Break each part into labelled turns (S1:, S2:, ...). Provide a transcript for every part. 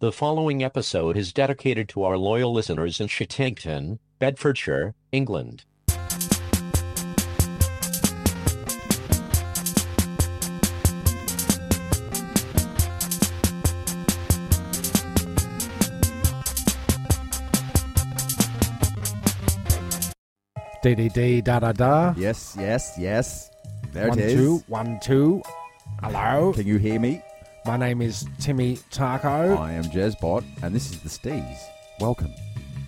S1: The following episode is dedicated to our loyal listeners in Chittington, Bedfordshire, England.
S2: Day day day da da da.
S3: Yes, yes, yes. There
S2: One
S3: it is.
S2: two one two. Hello,
S3: Can you hear me?
S2: my name is Timmy Taco.
S3: I am Jezbot, and this is the Stees. Welcome.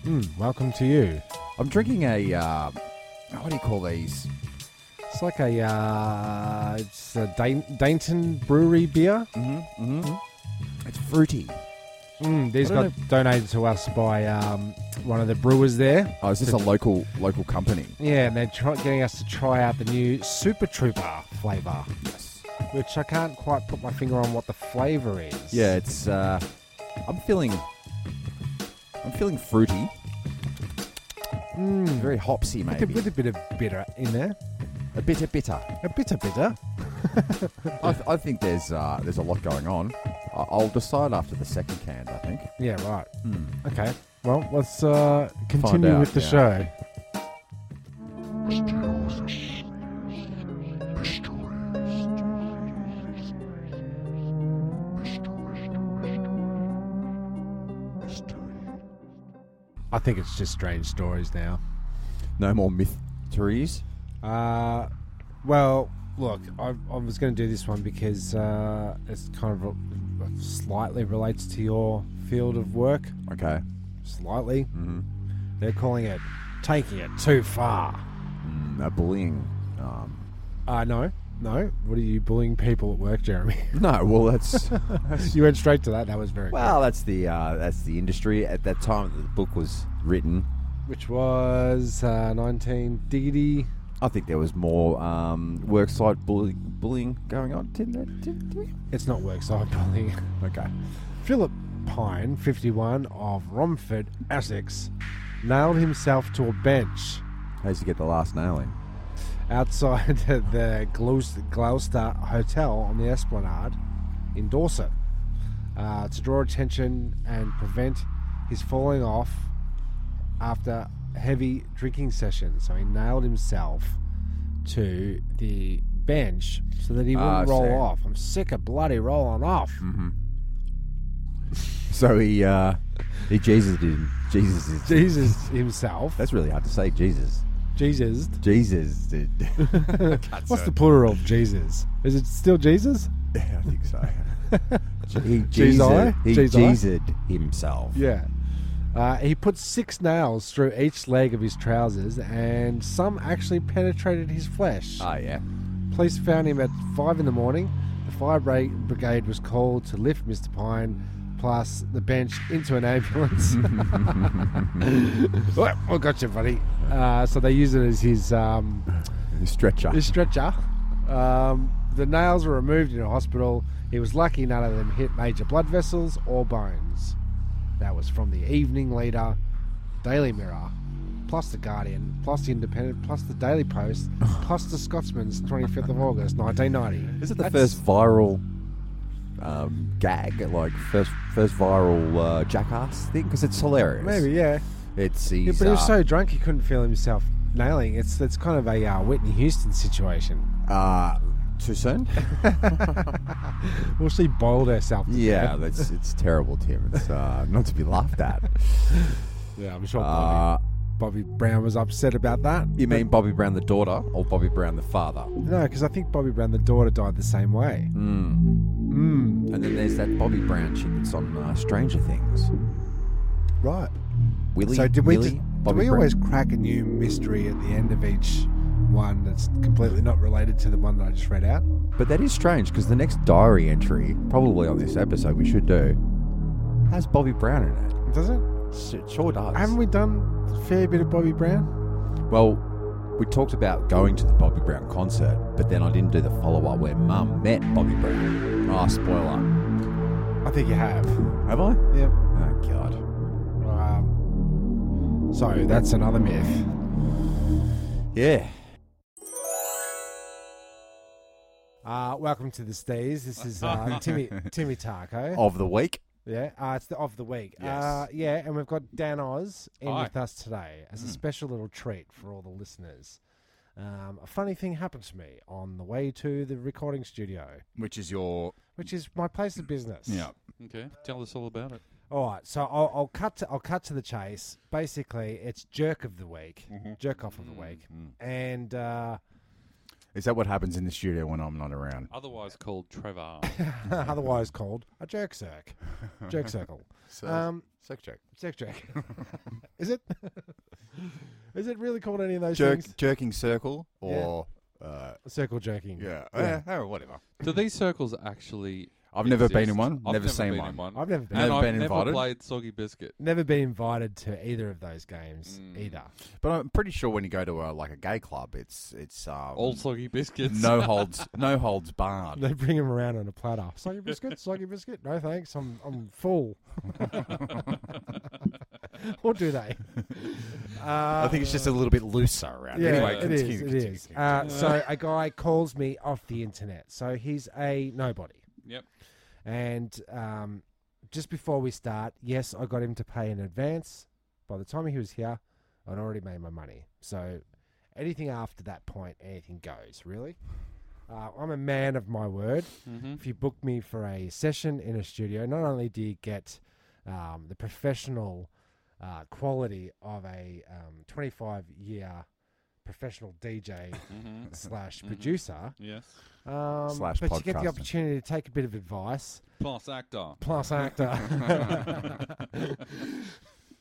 S2: Mm, welcome to you.
S3: I'm drinking a. Uh, what do you call these?
S2: It's like a uh, it's a Dain- Dainton Brewery beer.
S3: Mm-hmm, mm-hmm. It's fruity.
S2: Mm, these
S3: I don't
S2: got donated to us by um, one of the brewers there.
S3: Oh, is this a local local company?
S2: Yeah, and they're try- getting us to try out the new Super Trooper flavor,
S3: Yes.
S2: which I can't quite put my finger on what the flavor is.
S3: Yeah, it's. Uh, I'm feeling. I'm feeling fruity.
S2: Mm,
S3: Very hopsy,
S2: with, a,
S3: maybe.
S2: with a bit of bitter in there,
S3: A bit of bitter.
S2: a bit of bitter.
S3: I, th- I think there's uh, there's a lot going on. I- I'll decide after the second can. I think.
S2: Yeah, right.
S3: Hmm.
S2: Okay. Well, let's uh, continue
S3: out,
S2: with the
S3: yeah.
S2: show. I think it's just strange stories now.
S3: No more mysteries.
S2: Uh, well, look, I, I was going to do this one because uh, it's kind of re- slightly relates to your field of work.
S3: Okay.
S2: Slightly.
S3: Mm-hmm.
S2: They're calling it taking it too far.
S3: Mm, a bullying. Um,
S2: Uh, no, no. What are you bullying people at work, Jeremy?
S3: no, well that's, that's
S2: you went straight to that. That was very
S3: well that's the uh, that's the industry at that time that the book was written.
S2: good. Which was uh, 19 diggity.
S3: I think there was more um, worksite bully, bullying going on, didn't there? Did, did we?
S2: It's not work, so I'm bullying.
S3: Okay.
S2: Philip Pine, 51, of Romford, Essex, nailed himself to a bench
S3: How's you get the last nail in?
S2: outside the, the Gloucester, Gloucester Hotel on the Esplanade in Dorset uh, to draw attention and prevent his falling off after heavy drinking sessions. So he nailed himself to the bench so that he
S3: Ah, I
S2: wouldn't roll
S3: see.
S2: off. I'm sick of bloody rolling off.
S3: So he uh, he Jesus did Jesus did.
S2: Jesus himself.
S3: That's really hard to say. Jesus.
S2: Jesus.
S3: Jesus did.
S2: What's the plural of Jesus? Is it still Jesus?
S3: I think so. he Jesus.
S2: Jesus?
S3: He
S2: Jesus?
S3: Jesus himself.
S2: Yeah. Uh, he put six nails through each leg of his trousers, and some actually penetrated his flesh.
S3: Oh yeah.
S2: Police found him at five in the morning. The fire bra- brigade was called to lift Mr. Pine plus the bench into an ambulance. well, I got you, buddy. Uh, so they use it as his um,
S3: Stretcher.
S2: his stretcher. Um, the nails were removed in a hospital. He was lucky none of them hit major blood vessels or bones. That was from the Evening Leader, Daily Mirror, plus The Guardian, plus The Independent, plus The Daily Post, plus The Scotsman's 25th of August, 1990.
S3: Is it the
S2: That's-
S3: first viral um, gag, like first first viral uh, jackass thing? Because it's hilarious.
S2: Maybe, yeah.
S3: it's
S2: yeah.
S3: he's,
S2: But he was
S3: uh,
S2: so drunk he couldn't feel himself nailing. It's, it's kind of a uh, Whitney Houston situation.
S3: uh, too soon.
S2: Well, she boiled herself. to
S3: yeah,
S2: death.
S3: that's it's terrible, Tim. It's uh, not to be laughed at.
S2: Yeah, I'm sure Bobby,
S3: Uh,
S2: Bobby Brown was upset about that.
S3: you mean Bobby Brown the daughter or Bobby Brown the father?
S2: No, because I think Bobby Brown, the daughter, died the same way.
S3: Mm.
S2: Mm,
S3: And then there's that Bobby Brown chick that's on uh, Stranger Things.
S2: right.
S3: Willie.
S2: so did we?
S3: Millie,
S2: just- do
S3: Bobby
S2: we
S3: Brown.
S2: always crack a new mystery at the end of each one that's completely not related to the one that I just read out?
S3: But that is strange because the next diary entry, probably on this episode, we should do, has Bobby Brown in it.
S2: Does it?
S3: It sure does.
S2: Haven't we done a fair bit of Bobby Brown?
S3: Well, we talked about going to the Bobby Brown concert, but then I didn't do the follow up where Mum met Bobby Brown. Ah, spoiler.
S2: I think you have.
S3: Have I?
S2: Yep.
S3: Oh, God.
S2: Um, so that's another myth.
S3: Yeah.
S2: Uh, welcome to the Stees. This is uh, Timmy Timmy Tarko.
S3: Of the week.
S2: Yeah, uh, it's the of the week.
S4: Yes.
S2: Uh, yeah, and we've got Dan Oz in
S3: Hi. Hmm.
S2: with us today as a special little treat for all the listeners. Um, a funny thing happened to me on the way to the recording studio,
S3: Which is your
S2: which is my place of business.
S3: yeah.
S5: Okay, tell us all about it.
S2: All right, so I'll, I'll cut to I'll cut to the chase. Basically, it's jerk of the week,
S3: Mm-hmm.
S2: jerk off of the week, and uh,
S3: Is that what happens in the studio when I'm not around?
S5: Otherwise called Trevor.
S2: otherwise called a jerk circ, jerk circle.
S3: So,
S2: Um,
S3: sex joke.
S2: Sex jerk. is it? is it really called any of those
S3: Jerk,
S2: things?
S3: jerking circle or uh,
S2: Circle jerking.
S3: yeah,
S2: Yeah.
S3: eh, oh, whatever.
S5: Do these circles actually?
S4: I've never been
S5: exist?
S4: in one,
S5: I've
S4: never seen
S5: been
S4: one.
S5: in one.
S2: I've never been.
S5: and
S4: Never
S5: I've
S4: been
S5: never
S4: invited.
S5: played Soggy Biscuit.
S2: never been invited to either of those games
S3: Mm.
S2: either.
S3: But I'm pretty sure when you go to a, like a gay club, it's it's um,
S5: All Soggy Biscuits.
S4: No holds, no holds barred.
S2: They bring them around on a platter. Soggy biscuit, soggy biscuit. No thanks, I'm I'm full. or do Uh, they?
S3: I think it's just a little bit looser around.
S2: Yeah,
S3: anyway,
S2: it
S3: continue,
S2: is, it
S3: continue,
S2: is.
S3: continue.
S2: Uh, so a guy calls me off the internet. So he's a nobody.
S5: Yep.
S2: And um, just before we start, yes, I got him to pay in advance. By the time he was here, I'd already made my money. So anything after that point, anything goes, really. Uh, I'm a man of my word.
S5: Mm-hmm.
S2: If you book me for a session in a studio, not only do you get um, the professional uh, quality of a um, 25 year professional DJ
S5: Mm-hmm.
S2: slash producer,
S5: Yes.
S2: um,
S3: Mm-hmm. Slash
S2: but you get the
S3: podcaster.
S2: opportunity to take a bit of advice
S5: Plus actor.
S2: plus actor.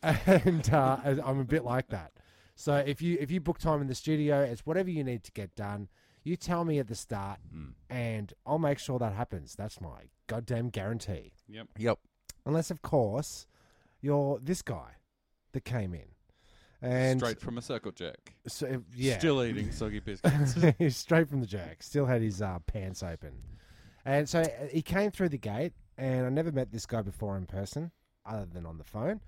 S2: and uh, as- I'm a bit like that. So if you if you book time in the studio, it's whatever you need to get done. You tell me at the start,
S3: Mm.
S2: and I'll make sure that happens. That's my goddamn guarantee.
S5: Yep.
S3: Yep.
S2: Unless, of course, you're this guy that came in, and
S5: Straight from a circle Mm. jack.
S2: so, yeah,
S5: Still eating Soggy Biscuits.
S2: He's straight from the jack. Still had his uh, pants open. And so uh, he came through the gate, and I never met this guy before in person, other than on the phone.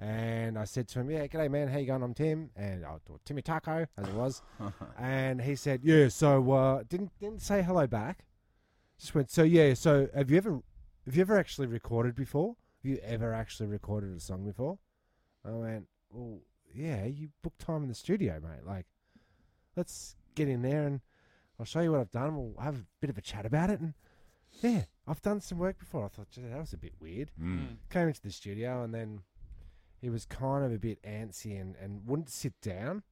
S2: And I said to him, "Yeah, g'day, man. How you going? I'm Tim, and I or Timmy Taco, as it was." and he said, "Yeah." So uh, didn't didn't say hello back. Just went. So yeah. So have you ever have you ever actually recorded before? Have you ever actually recorded a song before? I went, well, yeah, you booked time in the studio, mate. Like, let's get in there and I'll show you what I've done. We'll have a bit of a chat about it. And yeah, I've done some work before. I thought, "Gee, that was a bit weird.
S4: Hmm.
S3: Hmm.
S2: Came into the studio and then he was kind of a bit antsy and, and wouldn't sit down.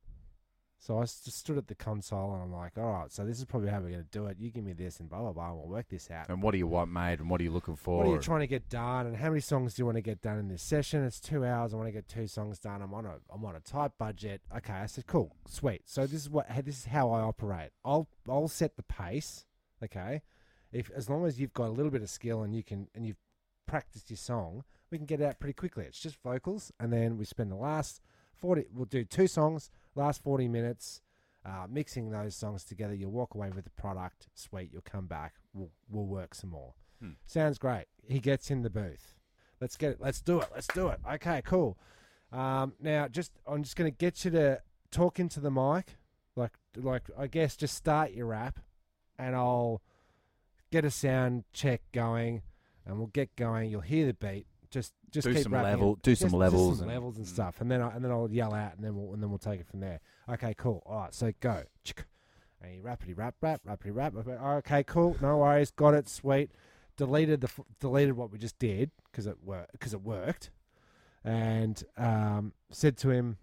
S2: So I s- just stood at the console and I'm like, all right, so this is probably how we're going to do it. You give me this and blah, blah, blah. And we'll work this out.
S3: And what do you want made? And what are you looking for?
S2: What are you trying to get done, and how many songs do you want to get done in this session? It's two hours. I want to get two songs done. I'm on a I'm on a tight budget. Okay, I said cool, sweet. So this is what this is how I operate. I'll I'll set the pace. Okay, if as long as you've got a little bit of skill and you can and you've practiced your song, we can get it out pretty quickly. It's just vocals, and then we spend the last forty. We'll do two songs, last forty minutes. Uh, mixing those songs together, you'll walk away with the product. Sweet, you'll come back. We'll, we'll work some more. Sounds great. He gets in the booth. Let's get it. Let's do it. Let's do it. Okay, cool. Um, now, just I'm just going to get you to talk into the mic, like like I guess just start your rap, and I'll get a sound check going, and we'll get going. You'll hear the beat. Just just
S3: Do
S2: keep
S3: some
S2: rapping.
S3: level- do some
S2: Just- just
S3: levels
S2: some
S3: and- mm.
S2: levels and stuff, and then I, and then I'll yell out, and then we'll and then we'll take it from there. Okay, cool. All right, so go. Chick. And you rapidly rap, rap, rapidly rap. rap, rap. Okay, cool. No worries. Got it. Sweet. Deleted the f- deleted what we just did because it worked because it worked, and um, said to him,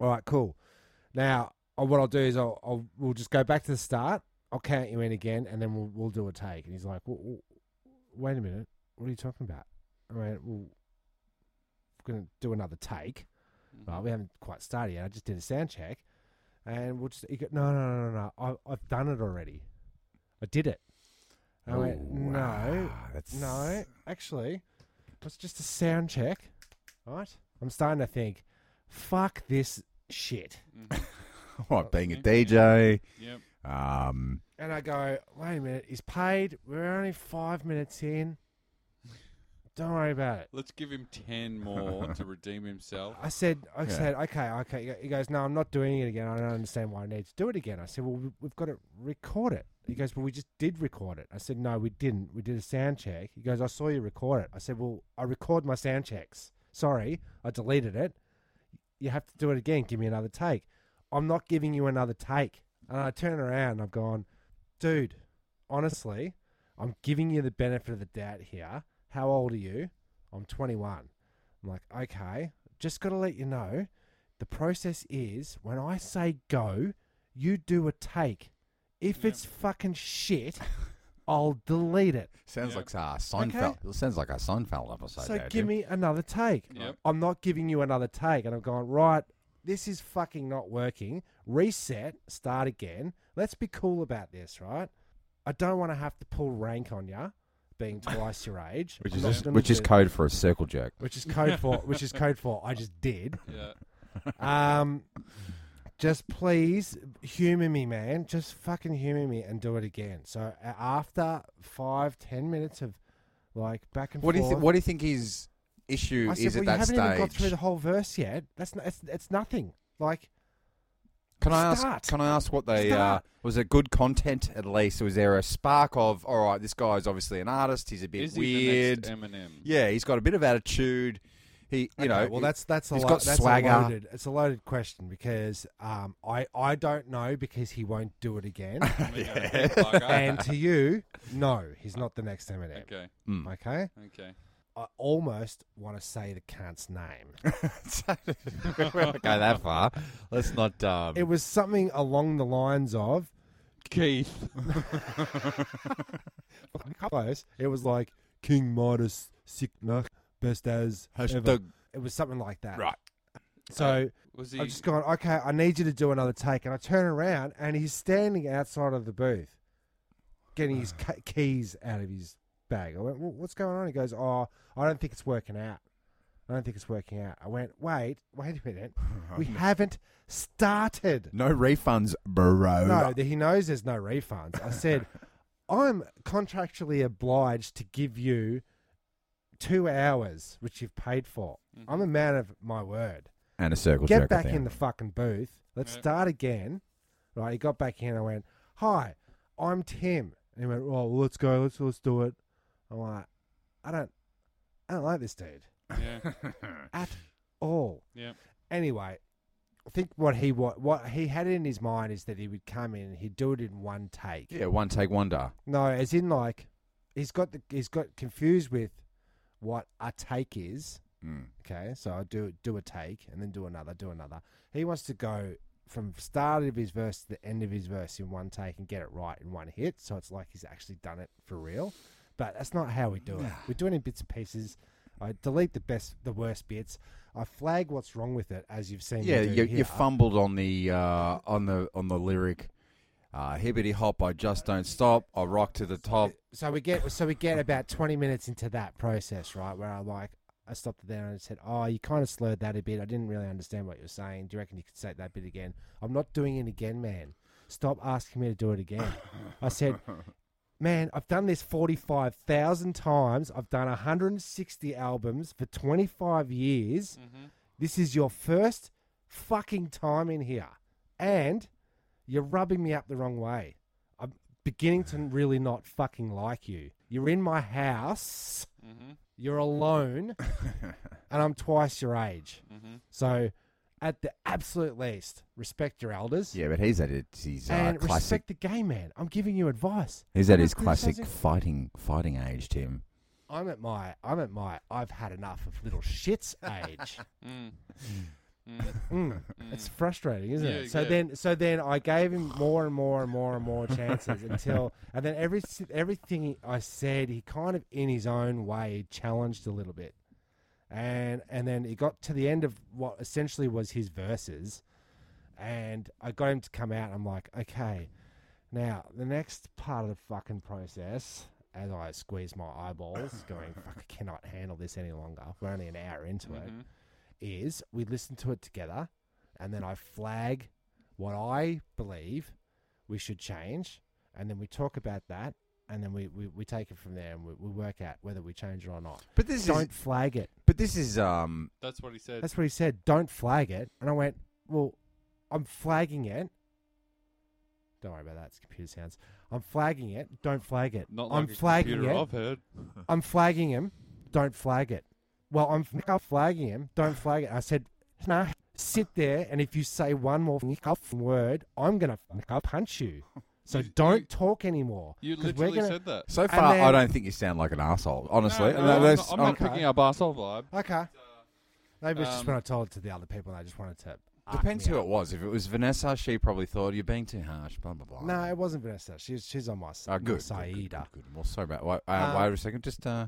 S2: "All right, cool. Now uh, what I'll do is I'll, I'll we'll just go back to the start. I'll count you in again, and then we'll we'll do a take." And he's like, "Wa- wa- "Wait a minute. What are you talking about? I mean, we'll, we're going to do another take. Right, we haven't quite started yet. I just did a sound check, and we'll just he go, no, no, no, no, no. I, I've done it already. I did it. And I
S3: Oh,
S2: went, no,
S3: ah, that's-
S2: no. Actually, it's just a sound check. Right? I'm starting to think, fuck this shit.
S3: What, being a DJ?
S5: yep.
S3: Um,
S2: And I go, wait a minute, he's paid. We're only five minutes in. Don't worry about it.
S5: Let's give him 10 more to redeem himself.
S2: I said, I
S3: Yeah.
S2: said, okay, okay. He goes, no, I'm not doing it again. I don't understand why I need to do it again. I said, well, we- we've got to record it. He goes, but we just did record it. I said, no, we didn't. We did a sound check. He goes, I saw you record it. I said, well, I record my sound checks. Sorry, I deleted it. You have to do it again. Give me another take. I'm not giving you another take. And I turn around and I've gone, dude, honestly, I'm giving you the benefit of the doubt here. How old are you? I'm 21. I'm like, okay, just got to let you know the process is when I say go, you do a take. If it's fucking shit, I'll delete it.
S3: Sounds
S5: Yep.
S3: like a Seinfeld. It sounds like a Seinfeld episode.
S2: So
S3: there,
S2: give
S3: dude.
S2: me another take.
S5: Yep.
S2: I'm not giving you another take. And I'm going, right, this is fucking not working. Reset, start again. Let's be cool about this, right? I don't want to have to pull rank on you being twice your age.
S4: Which
S2: I'm
S4: is
S2: not
S4: just-
S2: gonna
S4: which is
S2: do-
S4: code for a circle jerk.
S2: Which is code for which is code for I just did.
S5: Yeah.
S2: Um, just please humor me, man. Just fucking humor me and do it again. So a- after five, ten minutes of like back and
S3: What do
S2: forth,
S3: you think? What do you think his issue
S2: I
S3: is
S2: said, well,
S3: at
S2: you
S3: that
S2: haven't even got
S3: stage?
S2: through the whole verse yet. That's n- it's, it's nothing. Like
S3: Can I ask?
S2: Start.
S3: Can I ask what they uh,
S2: Start.
S3: was it? Good content at least. Was there a spark of all right? This guy's obviously an artist. He's a bit
S5: Is
S3: weird.
S5: he the next Eminem?
S3: yeah, he's got a bit of attitude. He, you
S2: Okay,
S3: know,
S2: well that's that's a
S3: he's
S2: lo-
S3: got
S2: that's a
S3: swagger.
S2: loaded, it's a loaded question because um, I I don't know because he won't do it again.
S5: I mean, okay, bugger.
S2: and to you, no, he's not the next Eminem.
S5: okay.
S3: Mm.
S2: okay?
S5: Okay.
S2: I almost want to say the cunt's name.
S3: we won't go that far. Let's not. Um,
S2: It was something along the lines of
S5: Keith.
S2: close. It was like King Midas, sick knock, best as ever.
S3: hashtag,
S2: It was something like that.
S3: Right. Uh,
S2: So
S5: Was he?
S2: I've just gone, okay, I need you to do another take. And I turn around and he's standing outside of the booth getting his ca- keys out of his bag. I went, "Wha- what's going on? He goes, oh, I don't think it's working out. I don't think it's working out. I went, wait, wait a minute. We haven't started.
S3: no refunds, bro.
S2: No, that he knows there's no refunds. I said, I'm contractually obliged to give you two hours, which you've paid for. I'm a man of my word.
S4: And a circle jerk.
S2: Get
S4: at the
S2: back in
S4: end.
S2: the fucking booth. Let's
S5: Yeah.
S2: start again. Right, he got back in. I went, hi, I'm Tim. And he went, oh, well, let's go. Let's let's do it. I'm like, I don't, I don't like this dude
S5: Yeah.
S2: at all.
S5: Yeah.
S2: Anyway, I think what he what, what he had in his mind is that he would come in and he'd do it in one take.
S3: Yeah, one take wonder.
S2: No, as in like he's got the, he's got confused with what a take is.
S3: Mm.
S2: Okay, so I do do a take and then do another, do another. He wants to go from start of his verse to the end of his verse in one take and get it right in one hit. So it's like he's actually done it for real. But that's not how we do it. We do it in bits and pieces. I delete the best, the worst bits. I flag what's wrong with it, as you've seen. me
S3: Yeah,
S2: do
S3: you,
S2: here.
S3: you fumbled on the uh, on the on the lyric. Uh, hibbity hop, I just don't stop. I rock to the top.
S2: so we get so we get about 20 minutes into that process right where i like i stopped it there and said oh you kind of slurred that a bit i didn't really understand what you were saying do you reckon you could say that bit again i'm not doing it again man stop asking me to do it again i said man i've done this 45000 times i've done 160 albums for 25 years this is your first fucking time in here and you're rubbing me up the wrong way I'm beginning to really not fucking like you. You're in my house. You're alone, and I'm twice your age. So, at the absolute least, respect your elders
S4: Yeah, but he's at his he's, uh,
S2: and
S4: classic.
S2: respect the gay man. I'm giving you advice.
S4: He's at
S2: I'm
S4: his
S2: not
S4: classic
S2: criticizing-
S4: fighting fighting age, Tim.
S2: I'm at my. I'm at my. I've had enough of little shits age.
S5: Mm. Mm.
S2: Mm. It's frustrating, isn't
S5: Yeah,
S2: it? So
S5: yeah.
S2: then, so then I gave him more and more and more and more chances until, and then every everything I said, he kind of in his own way challenged a little bit, and and then he got to the end of what essentially was his verses, and I got him to come out. And I'm like, okay, now the next part of the fucking process. As I squeeze my eyeballs, going, fuck, I cannot handle this any longer. We're only an hour into it
S3: Mm-hmm.
S5: Mm-hmm.
S2: is we listen to it together and then I flag what I believe we should change and then we talk about that and then we, we, we take it from there and we, we work out whether we change it or not.
S3: But this is
S2: Don't flag it.
S3: but this is um
S5: That's what he said.
S2: That's what he said. Don't flag it. And I went, well, I'm flagging it. Don't worry about that. It's computer sounds. I'm flagging it. Don't flag it.
S5: Not
S2: I'm
S5: like a
S2: flagging
S5: computer
S2: it.
S5: I've heard.
S2: I'm flagging him. Don't flag it. Well, I'm now flagging him. Don't flag it. I said, nah, sit there. And if you say one more f- word, I'm going to punch you. So
S5: You-
S2: don't
S5: you-
S2: talk anymore.
S5: You
S2: 'cause we're
S5: literally
S2: gonna-
S5: said that.
S3: so
S2: And
S3: far I
S2: then-
S3: don't think you sound like an asshole, honestly. And
S5: No, no,
S3: that-
S5: I'm,
S3: that's-
S5: not, I'm not
S2: okay.
S5: picking up arsehole vibe.
S2: Okay. Maybe it's just
S5: Um,
S2: when I told it to the other people and I just wanted to. arc
S3: Depends
S2: me
S3: who
S2: up.
S3: it was. If it was Vanessa, she probably thought you're being too harsh. Blah blah blah.
S2: No, it wasn't Vanessa. She's she's on my side.
S3: Oh, good.
S2: My side
S3: Good, good,
S2: either.
S3: good, good. Well, sorry about. Wait, uh,
S2: Um,
S3: wait a second. Just uh,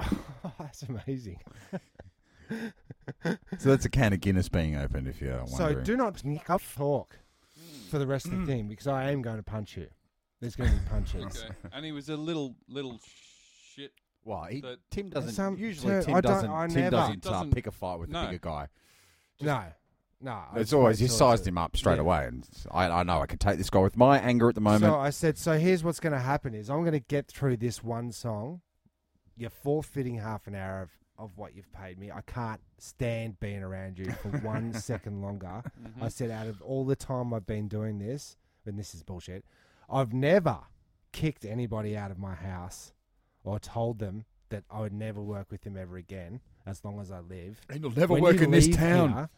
S2: That's amazing.
S3: so that's a can of Guinness being opened. If you're
S2: So
S3: wondering. Mm.
S2: do not talk for the rest of the thing because I am going to punch you. There's going to be punches.
S5: Okay. and he was a little little shit.
S3: well, he,
S5: But-
S3: Tim doesn't
S2: Some-
S3: usually.
S2: so
S3: Tim
S2: I don't-
S3: doesn't.
S2: I
S3: Tim
S2: never-
S3: doesn't, uh,
S5: Doesn't-
S3: pick a fight with the
S5: No.
S3: bigger guy.
S2: no, no. I
S3: It's
S2: just
S3: always
S2: made
S3: you
S2: sure
S3: sized
S2: to-
S3: him up straight
S2: Yeah.
S3: away, and I, I know I can take this guy with my anger at the moment.
S2: So I said, so here's what's going to happen is I'm going to get through this one song. You're forfeiting half an hour of, of what you've paid me. I can't stand being around you for one second longer.
S3: Mm-hmm.
S2: I said, out of all the time I've been doing this, and this is bullshit, I've never kicked anybody out of my house or told them that I would never work with them ever again as long as I live.
S3: and you'll never
S2: When you leave here,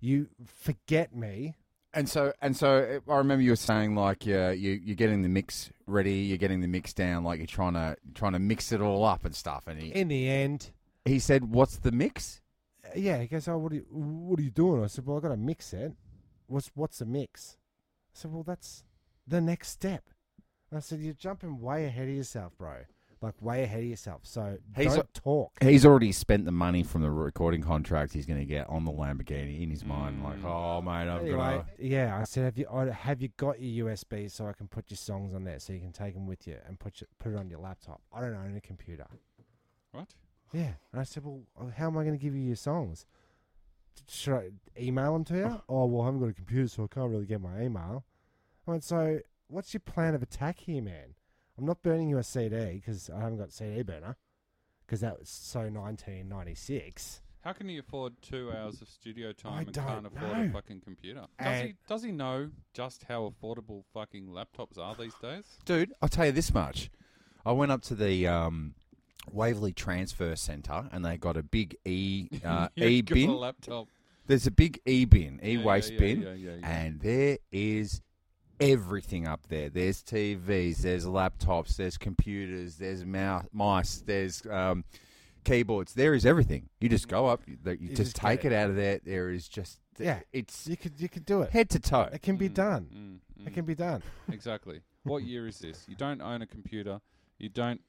S2: you forget me.
S3: And so, and so, it- I remember you were saying like, yeah, you you're getting the mix ready, you're getting the mix down, like you're trying to trying to mix it all up and stuff. And he
S2: In the end,
S3: he said, "What's the mix?"
S2: yeah, he goes, "Oh, what are you, what are you doing?" I said, "Well, I got to mix it." What's what's a mix? I said, "Well, that's the next step." I said, "You're jumping way ahead of yourself, bro. Like way ahead of yourself. So
S3: He's
S2: don't
S3: a-
S2: talk."
S3: He's already spent the money from the recording contract he's going to get on the Lamborghini in his mind, like, oh mate, I'm
S2: Anyway,
S3: gonna.
S2: yeah, I said, "Have you I- have you got your USB so I can put your songs on there so you can take them with you and put your, put it on your laptop? I don't own a computer."
S5: What?
S2: Yeah, and I said, "Well, uh, how am I going to give you your songs? Should I email them to you? oh, well, I haven't got a computer, so I can't really get my email." I went, "So, what's your plan of attack here, man? I'm not burning you a CD because I haven't got a CD burner because that was so 1996."
S5: How can he afford two hours of studio time
S2: I
S5: and
S2: don't
S5: can't afford a
S2: know. Uh,
S5: fucking computer? Does he
S2: And-
S5: does he know just how affordable fucking laptops are these days?
S3: Dude, I'll tell you this much. I went up to the um, Waverley Transfer Centre and they got a big e uh,
S5: You've
S3: e
S5: got a
S3: bin.
S5: laptop.
S3: There's a big e bin, e
S5: Yeah, yeah,
S3: waste
S5: yeah,
S3: bin.
S5: yeah, yeah, yeah.
S3: and there is everything up there. There's TVs, there's laptops, there's computers, there's mouse, mice, there's um, keyboards. There is everything. You just go up, you, you just,
S2: just
S3: take it
S2: get it.
S3: out of there. There is just
S2: Yeah.
S3: it's
S2: You could you could do it.
S3: head to toe.
S2: It can be
S5: Mm,
S2: done.
S5: mm,
S2: It
S5: mm.
S2: can be done.
S5: Exactly. What year is this? You don't own a computer. You don't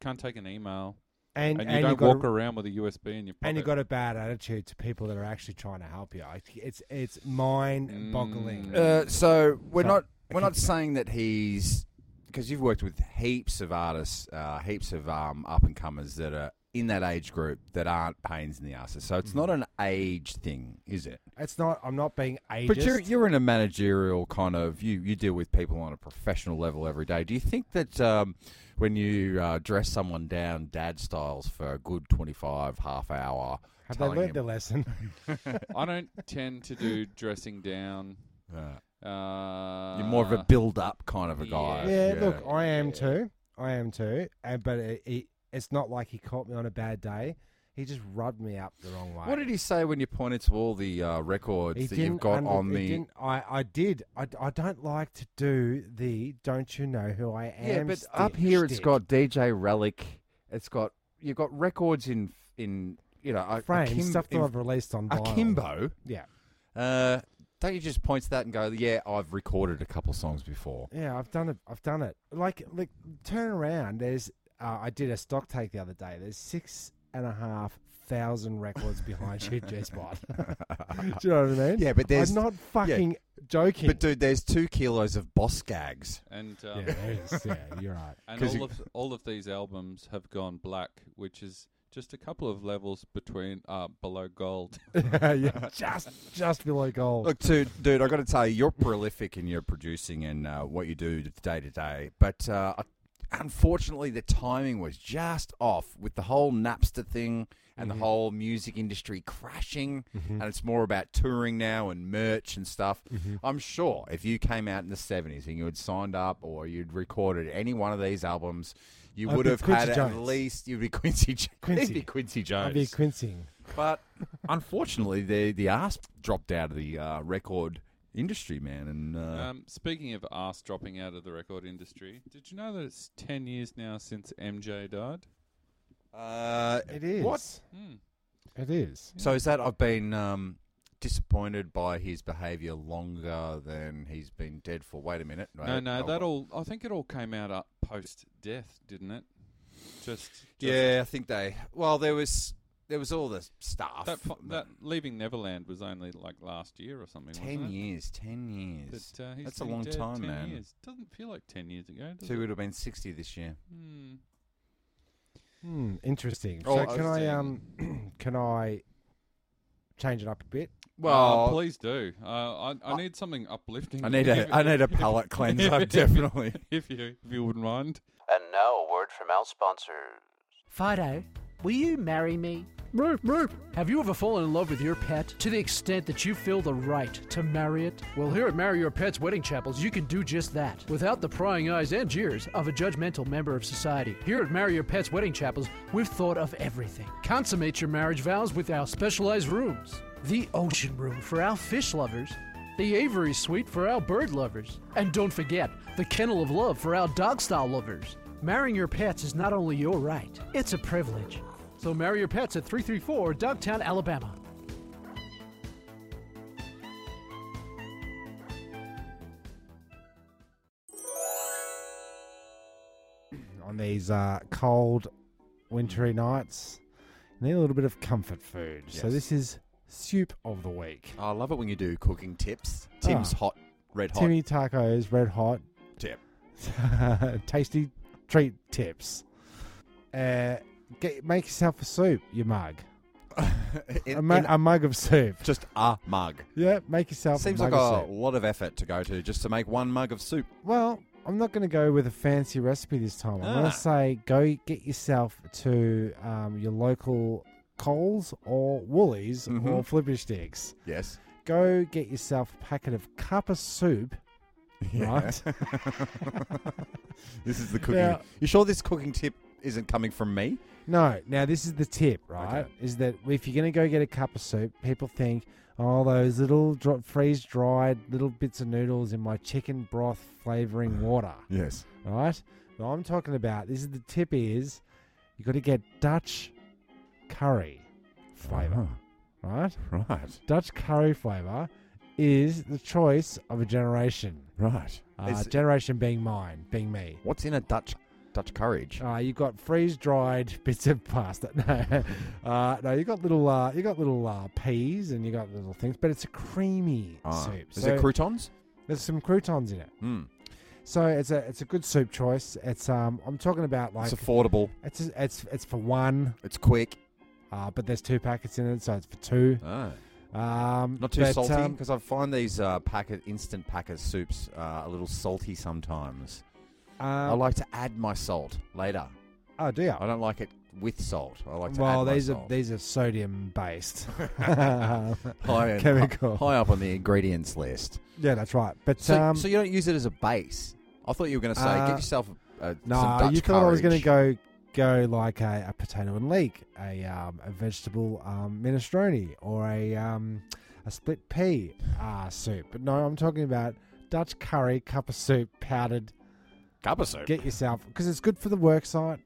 S5: can't take an email,
S2: And
S5: and,
S2: and,
S5: you
S2: you
S5: don't
S2: got
S5: walk around with a USB in your pocket.
S2: and you got a bad attitude to people that are actually trying to help you. I- It's it's mind-boggling.
S5: Mm.
S3: Uh, so we're
S2: So,
S3: not
S2: I
S3: we're
S2: can-
S3: not saying that he's because you've worked with heaps of artists, uh, heaps of um, up and comers that are in that age group that aren't pains in the asses. So it's not an age thing, is it?
S2: It's not. I'm not being ageist.
S3: But you're you're in a managerial kind of you you deal with people on a professional level every day. Do you think that um, when you uh, dress someone down dad styles for a good 25 half hour
S2: Have they
S3: telling
S2: learned
S3: him-
S2: their lesson?
S5: I don't tend to do dressing down.
S3: uh,
S5: Uh,
S3: you're more of a build up kind of a guy.
S5: Yeah,
S2: yeah, look, I am
S5: yeah.
S2: too. I am too. And but it, it, it's not like he caught me on a bad day. He just rubbed me up the wrong way.
S3: What did he say when you pointed to all the uh, records
S2: He
S3: that you've
S2: didn't
S3: got
S2: under-
S3: on
S2: he
S3: the?
S2: didn't- I, I did. I, d- I don't like to do the "Don't you know who I am?"
S3: Yeah, but
S2: stick-
S3: up here it's
S2: shtick.
S3: got DJ Relic. It's got you've got records in in you know a-
S2: frames
S3: uh, Akimbo-
S2: stuff that
S3: in-
S2: I've released on vinyl.
S3: Akimbo.
S2: Yeah,
S3: Uh, don't you just point to that and go, yeah, I've recorded a couple songs before.
S2: yeah. I've done it. I've done it. Like, like turn around. There's. Uh, I did a stock take the other day. There's six and a half thousand records behind you, G Spot. do you know what I mean?
S3: Yeah, but there's
S2: I'm not fucking joking.
S3: but dude, there's two kilos of boss gags.
S5: and
S2: yeah,
S5: um,
S2: there is. yeah, you're right.
S5: and
S3: 'Cause
S5: all
S3: you-
S5: of all of these albums have gone black, which is just a couple of levels between uh, below gold.
S2: yeah, just just below gold.
S3: Look, dude, dude, I got to tell you, you're prolific in your producing and uh, what you do day to day. But uh, unfortunately, the timing was just off with the whole Napster thing and
S2: Mm-hmm.
S3: the whole music industry crashing. And it's more about touring now and merch and stuff.
S2: Mm-hmm.
S3: I'm sure if you came out in the '70s and you had signed up or you'd recorded any one of these albums, you
S2: I'd
S3: would
S2: be
S3: have
S2: Quincy
S3: had at
S2: Jones.
S3: least you'd be Quincy. Jo-
S2: Quincy.
S3: You'd be Quincy Jones.
S2: I'd be quincing.
S3: But unfortunately, the the ass dropped out of the uh, record industry, man. And uh,
S5: Um, speaking of ass dropping out of the record industry, did you know that it's 10 years now since MJ died?
S3: uh,
S2: It is.
S3: What?
S5: Hmm.
S2: It is.
S3: So is that I've been um, disappointed by his behaviour longer than he's been dead for? Wait a minute.
S5: No,
S3: wait,
S5: no,
S3: oh,
S5: that all. I think it all came out up post death, didn't it? Just, just
S3: Yeah, I think they. Well, there was there was all the stuff.
S5: That, fi- that leaving Neverland was only like last year or something.
S3: ten
S5: wasn't it?
S3: years. Ten years.
S5: But, uh, he's
S3: That's a
S5: been
S3: long
S5: dead
S3: time,
S5: 10
S3: man.
S5: Years. Doesn't feel like ten years ago. Does
S3: So he
S5: it?
S3: would have been sixty this year.
S5: Hmm.
S2: Hmm, interesting.
S3: Oh,
S2: so
S3: I
S2: can
S3: was
S2: I
S3: saying-
S2: um can I change it up a bit?
S5: Well,
S3: Well,
S5: please do. Uh, I, I need something uplifting.
S3: I need a I need a palate cleanser definitely.
S5: if you if you wouldn't mind.
S1: And now, a word from our sponsors.
S6: Fido, will you marry me? Roop, roop. Have you ever fallen in love with your pet to the extent that you feel the right to marry it? Well, here at Marry Your Pet's Wedding Chapels, you can do just that without the prying eyes and jeers of a judgmental member of society. Here at Marry Your Pet's Wedding Chapels, we've thought of everything. Consummate your marriage vows with our specialized rooms the Ocean Room for our fish lovers. The Avery Suite for our bird lovers. And don't forget, the Kennel of Love for our dog style lovers. Marrying your pets is not only your right, it's a privilege. So marry your pets at 334 Dogtown, Alabama.
S2: on these uh, cold, wintry nights. You Need a little bit of comfort food. So
S3: Yes.
S2: this is soup of the week.
S3: I love it when you do cooking tips. Tim's
S2: Ah.
S3: hot, red hot
S2: Timmy tacos, red hot,
S3: tip.
S2: tasty treat tips. Uh, get, make yourself a soup, you mug.
S3: In-
S2: a, mu-
S3: in-
S2: a mug of soup.
S3: just a mug.
S2: Yeah, make yourself
S3: Seems
S2: a
S3: like
S2: mug
S3: a
S2: of soup.
S3: lot of effort to go to just to make one mug of soup.
S2: Well, I'm not going to go with a fancy recipe this time. I'm
S3: Ah.
S2: going to say go get yourself to um, your local Coles or Woolies
S3: Mhm.
S2: or Flipper Sticks.
S3: Yes.
S2: Go get yourself a packet of cup of soup. Right.
S3: this is the cooking.
S2: Now-
S3: You sure this cooking tip isn't coming from me?
S2: No, now this is the tip, right?
S3: Okay.
S2: Is that if you're going to go get a cup of soup, people think, oh, those little dro- freeze dried little bits of noodles in my chicken broth flavoring water.
S3: Yes.
S2: right? What I'm talking about, this is the tip is you got to get Dutch curry flavor, right?
S3: Right.
S2: Dutch curry flavor is the choice of a generation.
S3: Right.
S2: Uh, generation being mine, being me.
S3: what's in a Dutch Dutch courage?
S2: Uh, you've got freeze dried bits of pasta. No, uh, no, you got little, uh, you got little uh, peas and you got little things, but it's a creamy soup.
S3: Ah, Is
S2: So
S3: it croutons?
S2: there's some croutons in it,
S3: Hmm.
S2: so it's a it's a good soup choice. It's um, I'm talking about like
S3: it's affordable.
S2: It's it's it's for one,
S3: It's quick.
S2: uh, but there's two packets in it, so it's for two.
S3: Ah.
S2: Um,
S3: Not too
S2: but,
S3: salty
S2: um,
S3: because I find these uh, packet instant packet soups uh, a little salty sometimes.
S2: um,
S3: I like to add my salt later.
S2: oh, do you?
S3: I don't like it with salt. I like to
S2: well,
S3: add
S2: these are
S3: my salt.
S2: these are sodium based
S3: high in-
S2: chemical.
S3: high up on the ingredients list.
S2: Yeah, that's right. But
S3: So,
S2: um,
S3: so you don't use it as a base. I thought you were going to say
S2: Uh,
S3: get yourself a, a
S2: no,
S3: some Dutch
S2: you thought I was going to
S3: courage.
S2: go go like a, a potato and leek, a um, a vegetable um, minestrone, or a um, a split pea uh, soup. But no, I'm talking about Dutch curry cup of soup powdered.
S3: cup of soup.
S2: Get yourself because it's good for the work site.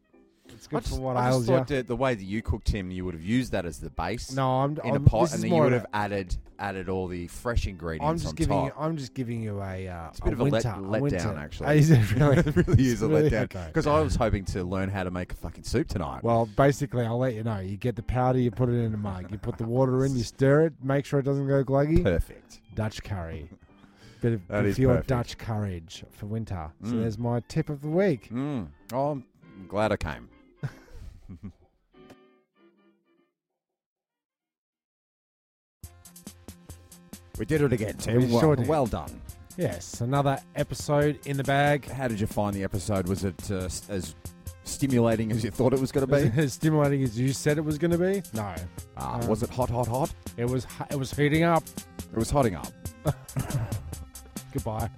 S2: It's
S3: I
S2: good
S3: just,
S2: for what
S3: I just
S2: ails you.
S3: thought that the way that you cooked him, you would have used that as the base
S2: No, I'm
S3: in
S2: I'm,
S3: a pot,
S2: this
S3: and
S2: is
S3: then you
S2: more
S3: would
S2: of
S3: have
S2: a-
S3: added added all the fresh ingredients
S2: I'm just
S3: on
S2: giving. You,
S3: top.
S2: I'm just giving you a. Uh,
S3: It's a bit of a let-
S2: winter, winter.
S3: letdown, actually.
S2: Uh, Is it really?
S3: it really is
S2: It's
S3: a
S2: really-
S3: letdown
S2: okay.
S3: because I was hoping to learn how to make a fucking soup tonight.
S2: Well, basically, I'll let you know. You get the powder, you put it in a mug, you put the water in, you stir it, make sure it doesn't go gluggy.
S3: perfect.
S2: Dutch curry, bit of
S3: That
S2: bit
S3: is
S2: for your
S3: perfect.
S2: Dutch courage for winter. So
S3: Mm.
S2: there's my
S3: Hmm.
S2: tip of the week.
S3: Mm. Oh, I'm glad I came. We did it again, Tim.
S2: We
S3: Well,
S2: sure did.
S3: well done.
S2: Yes, another episode in the bag.
S3: How did you find the episode? Was it uh, s- as stimulating as you thought it was going to
S2: As,
S3: be?
S2: as stimulating as you said it was going to be. No,
S3: Ah,
S2: Um,
S3: was it hot, hot, hot?
S2: it was hu- it was heating up.
S3: It was hotting up.
S2: Goodbye.